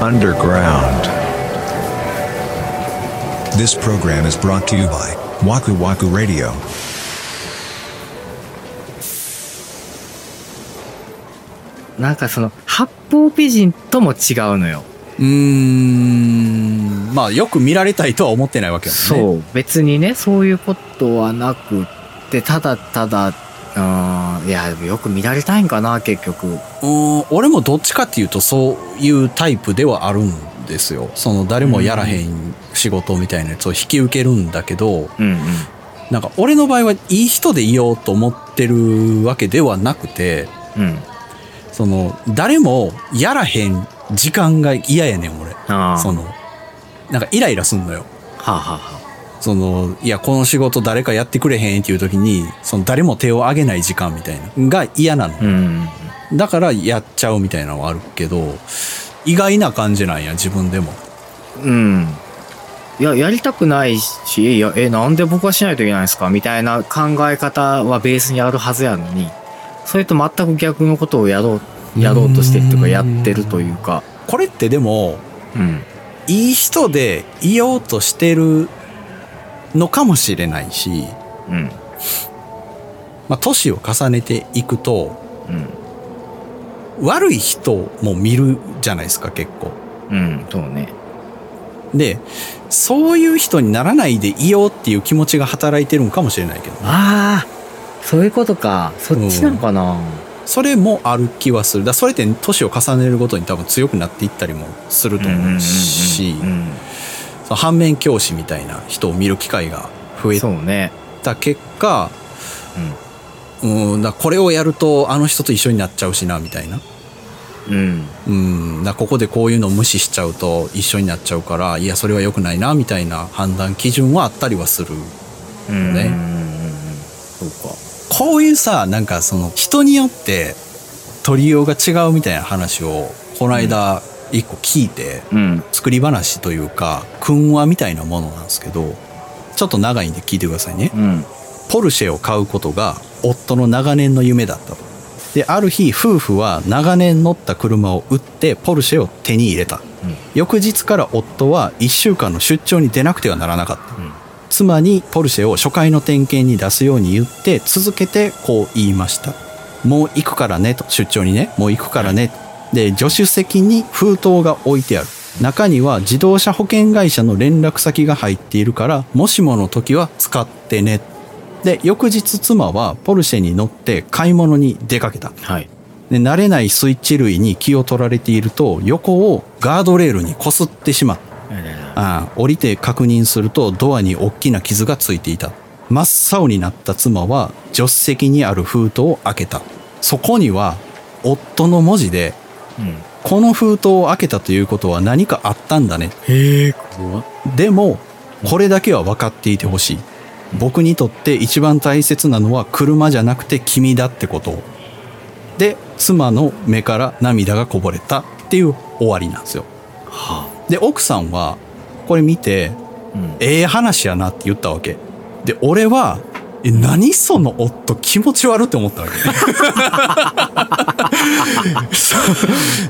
underground. This program is brought to you by Waku Waku Radio. なんかその、八方美人とも違うのよ。うーん。Hmm, まあ、よく見られたいとは思ってないわけだもんね。そう。別にね、そういうことはなくって、ただただ、あーいや、よく見られたいんかな、結局。うーん俺もどっちかっていうとそういうタイプではあるんですよその誰もやらへん仕事みたいなやつを引き受けるんだけどうんうん。なんか俺の場合はいい人でいようと思ってるわけではなくてうん。その誰もやらへん時間が嫌やねん俺ああ。そのなんかイライラすんのよはあ、はあはそのいやこの仕事誰かやってくれへんっていう時にその誰も手を挙げない時間みたいなのが嫌なのあ、うん。だからやっちゃうみたいなのはあるけど、意外な感じなんや、自分でも。うん。いや、やりたくないし、いや、え、なんで僕はしないといけないんですかみたいな考え方はベースにあるはずやのに、それと全く逆のことをやろう、やろうとしてるというか、やってるというか、これってでも、うん。いい人でいようとしてるのかもしれないし、うん。まあ、年を重ねていくと、うん。悪い人も見るじゃないですか、結構。うん、そうね。で、そういう人にならないでいようっていう気持ちが働いてるのかもしれないけどね。ああ、そういうことか。そっちなのかな。それもある気はする。だからそれって年を重ねるごとに多分強くなっていったりもすると思うし、うんうんうんその反面教師みたいな人を見る機会が増うえんそうね。た結果う。うんだこれをやるとあの人と一緒になっちゃうしなみたいなんうん。うんだここでこういうのを無視しちゃうと一緒になっちゃうからいやそれは良くないなみたいな判断基準はあったりはするうん。うねん。そうか。こういうさなんかその人によって取りようが違うみたいな話をこの間一個聞いて、うん。作り話というか訓話みたいなものなんですけどちょっと長いんで聞いてくださいね。うん。ポルシェを買うことが夫の長年の夢だったとである日夫婦は長年乗った車を売ってポルシェを手に入れた、翌日から夫は1週間の出張に出なくてはならなかった、ん妻にポルシェを初回の点検に出すように言って続けてこう言いましたもう行くからねと出張にねもう行くからねで助手席に封筒が置いてある中には自動車保険会社の連絡先が入っているからもしもの時は使ってねで翌日妻はポルシェに乗って買い物に出かけたはい。で慣れないスイッチ類に気を取られていると横をガードレールにこすってしまったああ降りて確認するとドアに大きな傷がついていた真っ青になった妻は助手席にある封筒を開けたそこには夫の文字でうん。 「この封筒を開けたということは何かあったんだね」へえ、怖っ。でもこれだけは分かっていてほしい僕にとって一番大切なのは車じゃなくて君だってことをで妻の目から涙がこぼれたっていう終わりなんですよはで奥さんはこれ見てあ。うん。ええ話やなって言ったわけで俺はえ何その夫気持ち悪って思った わけそ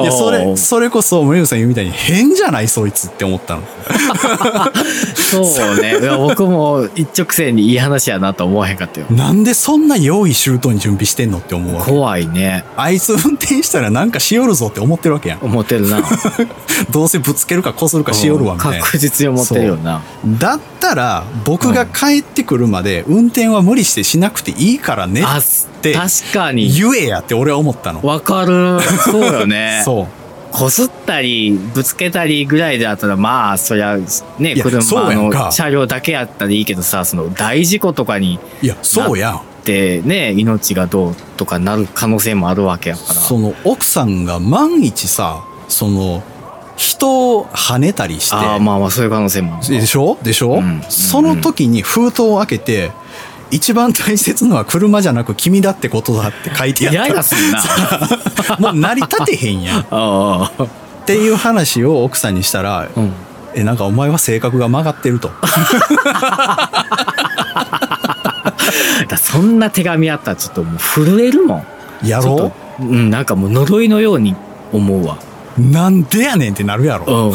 ういやそおれうそれこそ森口さん言うみたいに変じゃないそいつって思ったの そうね。いや、僕も一直線にいい話やなと思わへんかったよ。なんでそんな用意周到に準備してんのって思うわけ怖いね。あいつ運転したらなんかしよるぞって思ってるわけやん思ってるな。どうせぶつけるかこするかしよるわみたいな確実に思ってるよな。だったら僕が帰ってくるまで運転は無理してしなくていいからねあ、て確かに。言えやって俺は思ったの。わかる。そうよね そうこすったりぶつけたりぐらいであったらまあそりゃねいやそう車やんかの車両だけやったらいいけどさその大事故とかにいやそうやんでね命がどうとかなる可能性もあるわけやからその奥さんが万一さその人を跳ねたりしてああまあまあそういう可能性もあるでしょでしょ、うんその時に封筒を開けて一番大切のは車じゃなく君だってことだって書いてイあラっイラするなたもう成り立てへんやんっああていう話を奥さんにしたら、うんえなんかお前は性格が曲がって るとだそんな手紙あったらちょっともう震えるもんやちょろっとうんなんかもう呪いのように思うわうなんでやねんってなるやうろ。んうん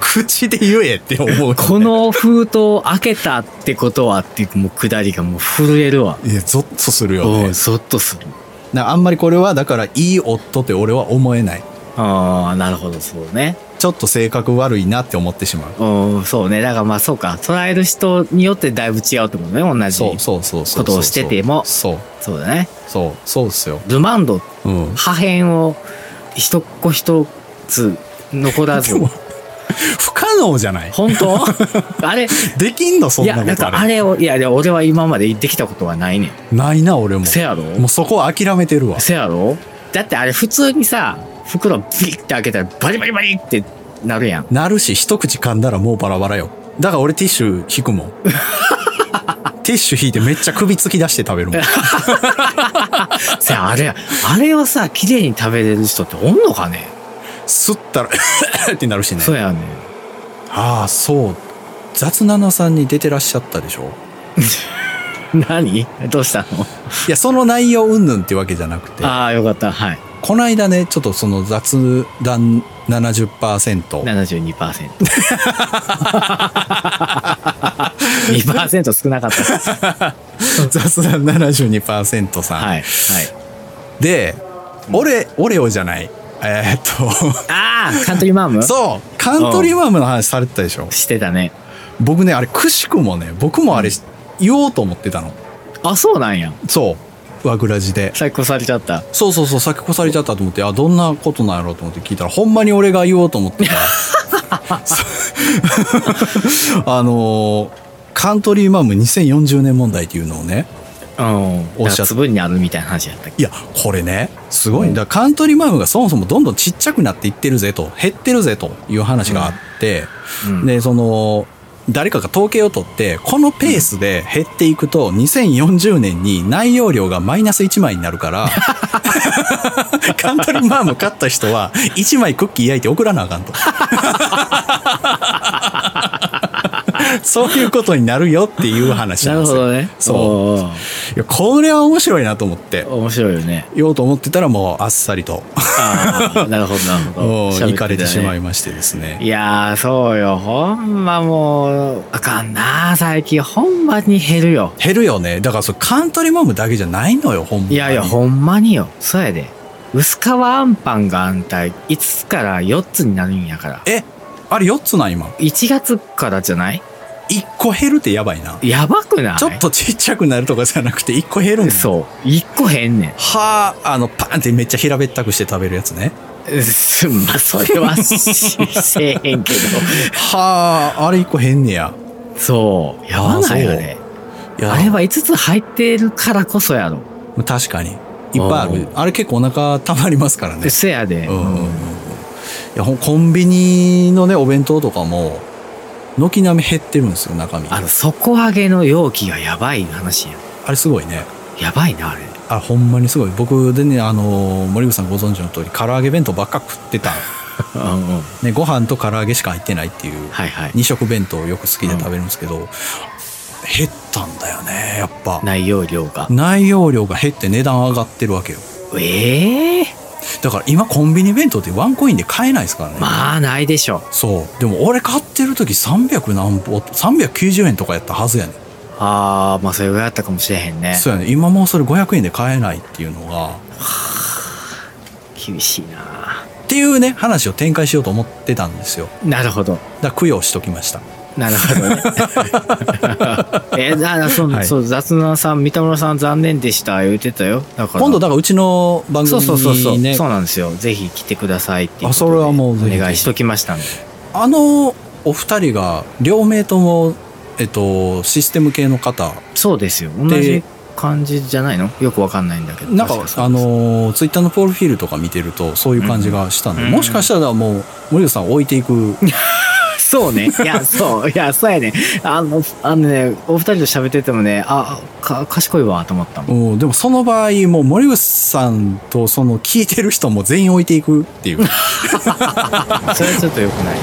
口で言えって思 うよね、この封筒を開けたってことはっていうもう下りがもう震えるわ。いや、ゾッとするようねん、。ゾッとする。なあんまりこれはだからいい夫って俺は思えない。ああ、なるほど、そうね。ちょっと性格悪いなって思ってしまう。うん、そうね。だからまあそうか。捉える人によってだいぶ違うってことね、同じ。そうそうそうそう。ことをしててもそう。そうだね。そう。そうっすよ。ルマンド、うん。破片を一個一つ残ら でずも、。不可能じゃない本 当あれ、できんのそいんなや、なんことかああれ。れを、いや、いや俺は今までできたことはないねん。ないな、俺も。せやろもうそこは諦めてるわ。せやろだってあれ普通にさ、袋ビリって開けたらバリバリバリってなるやん。なるし、一口噛んだらもうバラバラよ。だから俺ティッシュ引く もん。ティッシュ引いてめっちゃ首突き出して食べ るもん。せや、あれ、あれをさ、綺麗に食べれる人っておんのかね吸ったら ってなるしね。そうやねん。ああ、そう。雑ななさんに出てらっしゃったでしょ 何どうしたのいや、その内容云々ってわけじゃなくて、ああ、よかった。はい。この間ね、ちょっとその雑談70%、 72%。2%少なかった。雑談72%さん、はい。はい。で、俺、オレオじゃない。えーっああ、カントリーマームと、 そう、カントリーマームの話されてたでしょしてたね。僕ね、あれ、くしくもね、僕もあれ、言おうと思ってたの。あ、そうなんや。そう。和倉寺で。再越されちゃった。そうそうそう、先越されちゃったと思って、あ、どんなことなんやろうと思って聞いたら、ほんまに俺が言おうと思って た。 そうあのーカントリーマーム2040年問題っていうのをね、うん。おっしゃっただから粒にあるみたいな話やったっけいや、これね、すごいんだ。カントリーマームがそもそもどんどんちっちゃくなっていってるぜと、減ってるぜという話があって、うんで、その、誰かが統計を取って、このペースで減っていくと、2040年に内容量がマイナス1枚にな るから、カントリーマーム買った人は、1枚クッキー焼いて送らなあかん と。そういうことになるよっていう話ななんるですほよ。どね。そう。おーいや、これは面白いなと思って。面白いよね。言おうと思ってたらもうあっさりと、ああ、なるほど、なる ほど。行かれてしまいまましてですね。いやー、そうよ。ほんまもう、あかんな最近。ほんまに減るよ。減るよね。だからそれカントリーマームだけじゃないのよ、ほんまに。いやいや、ほんまによ。そうやで。薄皮あんパンがあんた、5つから4つになるんやから。え、あれ4つなん今。 1月からじゃない1個減るってやばいな。やばくないちょっとちっちゃくなるとかじゃなくて1個減るんう。そう。1個減んねん。はあ、あの、パーンってめっちゃ平べったくして食べるやつね。うっすまあ、それはし、せえへんけど。はあ、あれ1個減んねや。 そう。やばないよね。いやあれは5つ入ってるからこそやろ。確かに。いっぱいあうる。んあれ結構お腹溜まりますからね。せやで。うんうんうんいやほんコンビニのねお弁当とかも軒並み減ってるんですよ中身あの、底上げの容器がやばい話やん。あれすごいねやばいな、あれ。あほんまにすごい僕でねあのー森口さんご存知の通り唐揚げ弁当ばっか食ってた、うんうん。ね、ご飯と唐揚げしか入ってないっていうはいはい。 2食弁当をよく好きで食べるんですけど、減ったんだよねやっぱ内容量が。内容量が減って値段上がってるわけよええだから今コンビニ弁当ってワンコインで買えないですからねまあ、ないでしょ。そうでも俺買ってる時300何ぼ390円とかやったはずやねんああ、まあ、それぐらいだったかもしれへんね。そうやね今もうそれ500円で買えないっていうのが厳しいな。っていうね話を展開しようと思ってたんですよなるほど。だから供養しときましたなる ほどね。え、だからそ、はいそう、雑談さん、三田村さん残念でした、言うてたよ。だから。今度だからうちの番組にねそうそうそうそう、そうなんですよ。ぜひ来てくださいっていうことであそれはもうぜひぜひお願いしときましたんで。あのお二人が両名ともえっとシステム系の方そうですよ。同じ感じじゃないのよくわかんないんだけど。なんか確そうあです、のツイッターのプロフィールとか見てるとそういう感じがしたの、うんもしかしたらもう森口さん置いていくそうね。いや、そう。いや、そうやね。あの、あのね、お二人と喋っててもね、あ、か、賢いわ、と思ったもん。うん、でもその場合、もう森口さんとその聞いてる人も全員置いていくっていそう。れはちょっと良くない。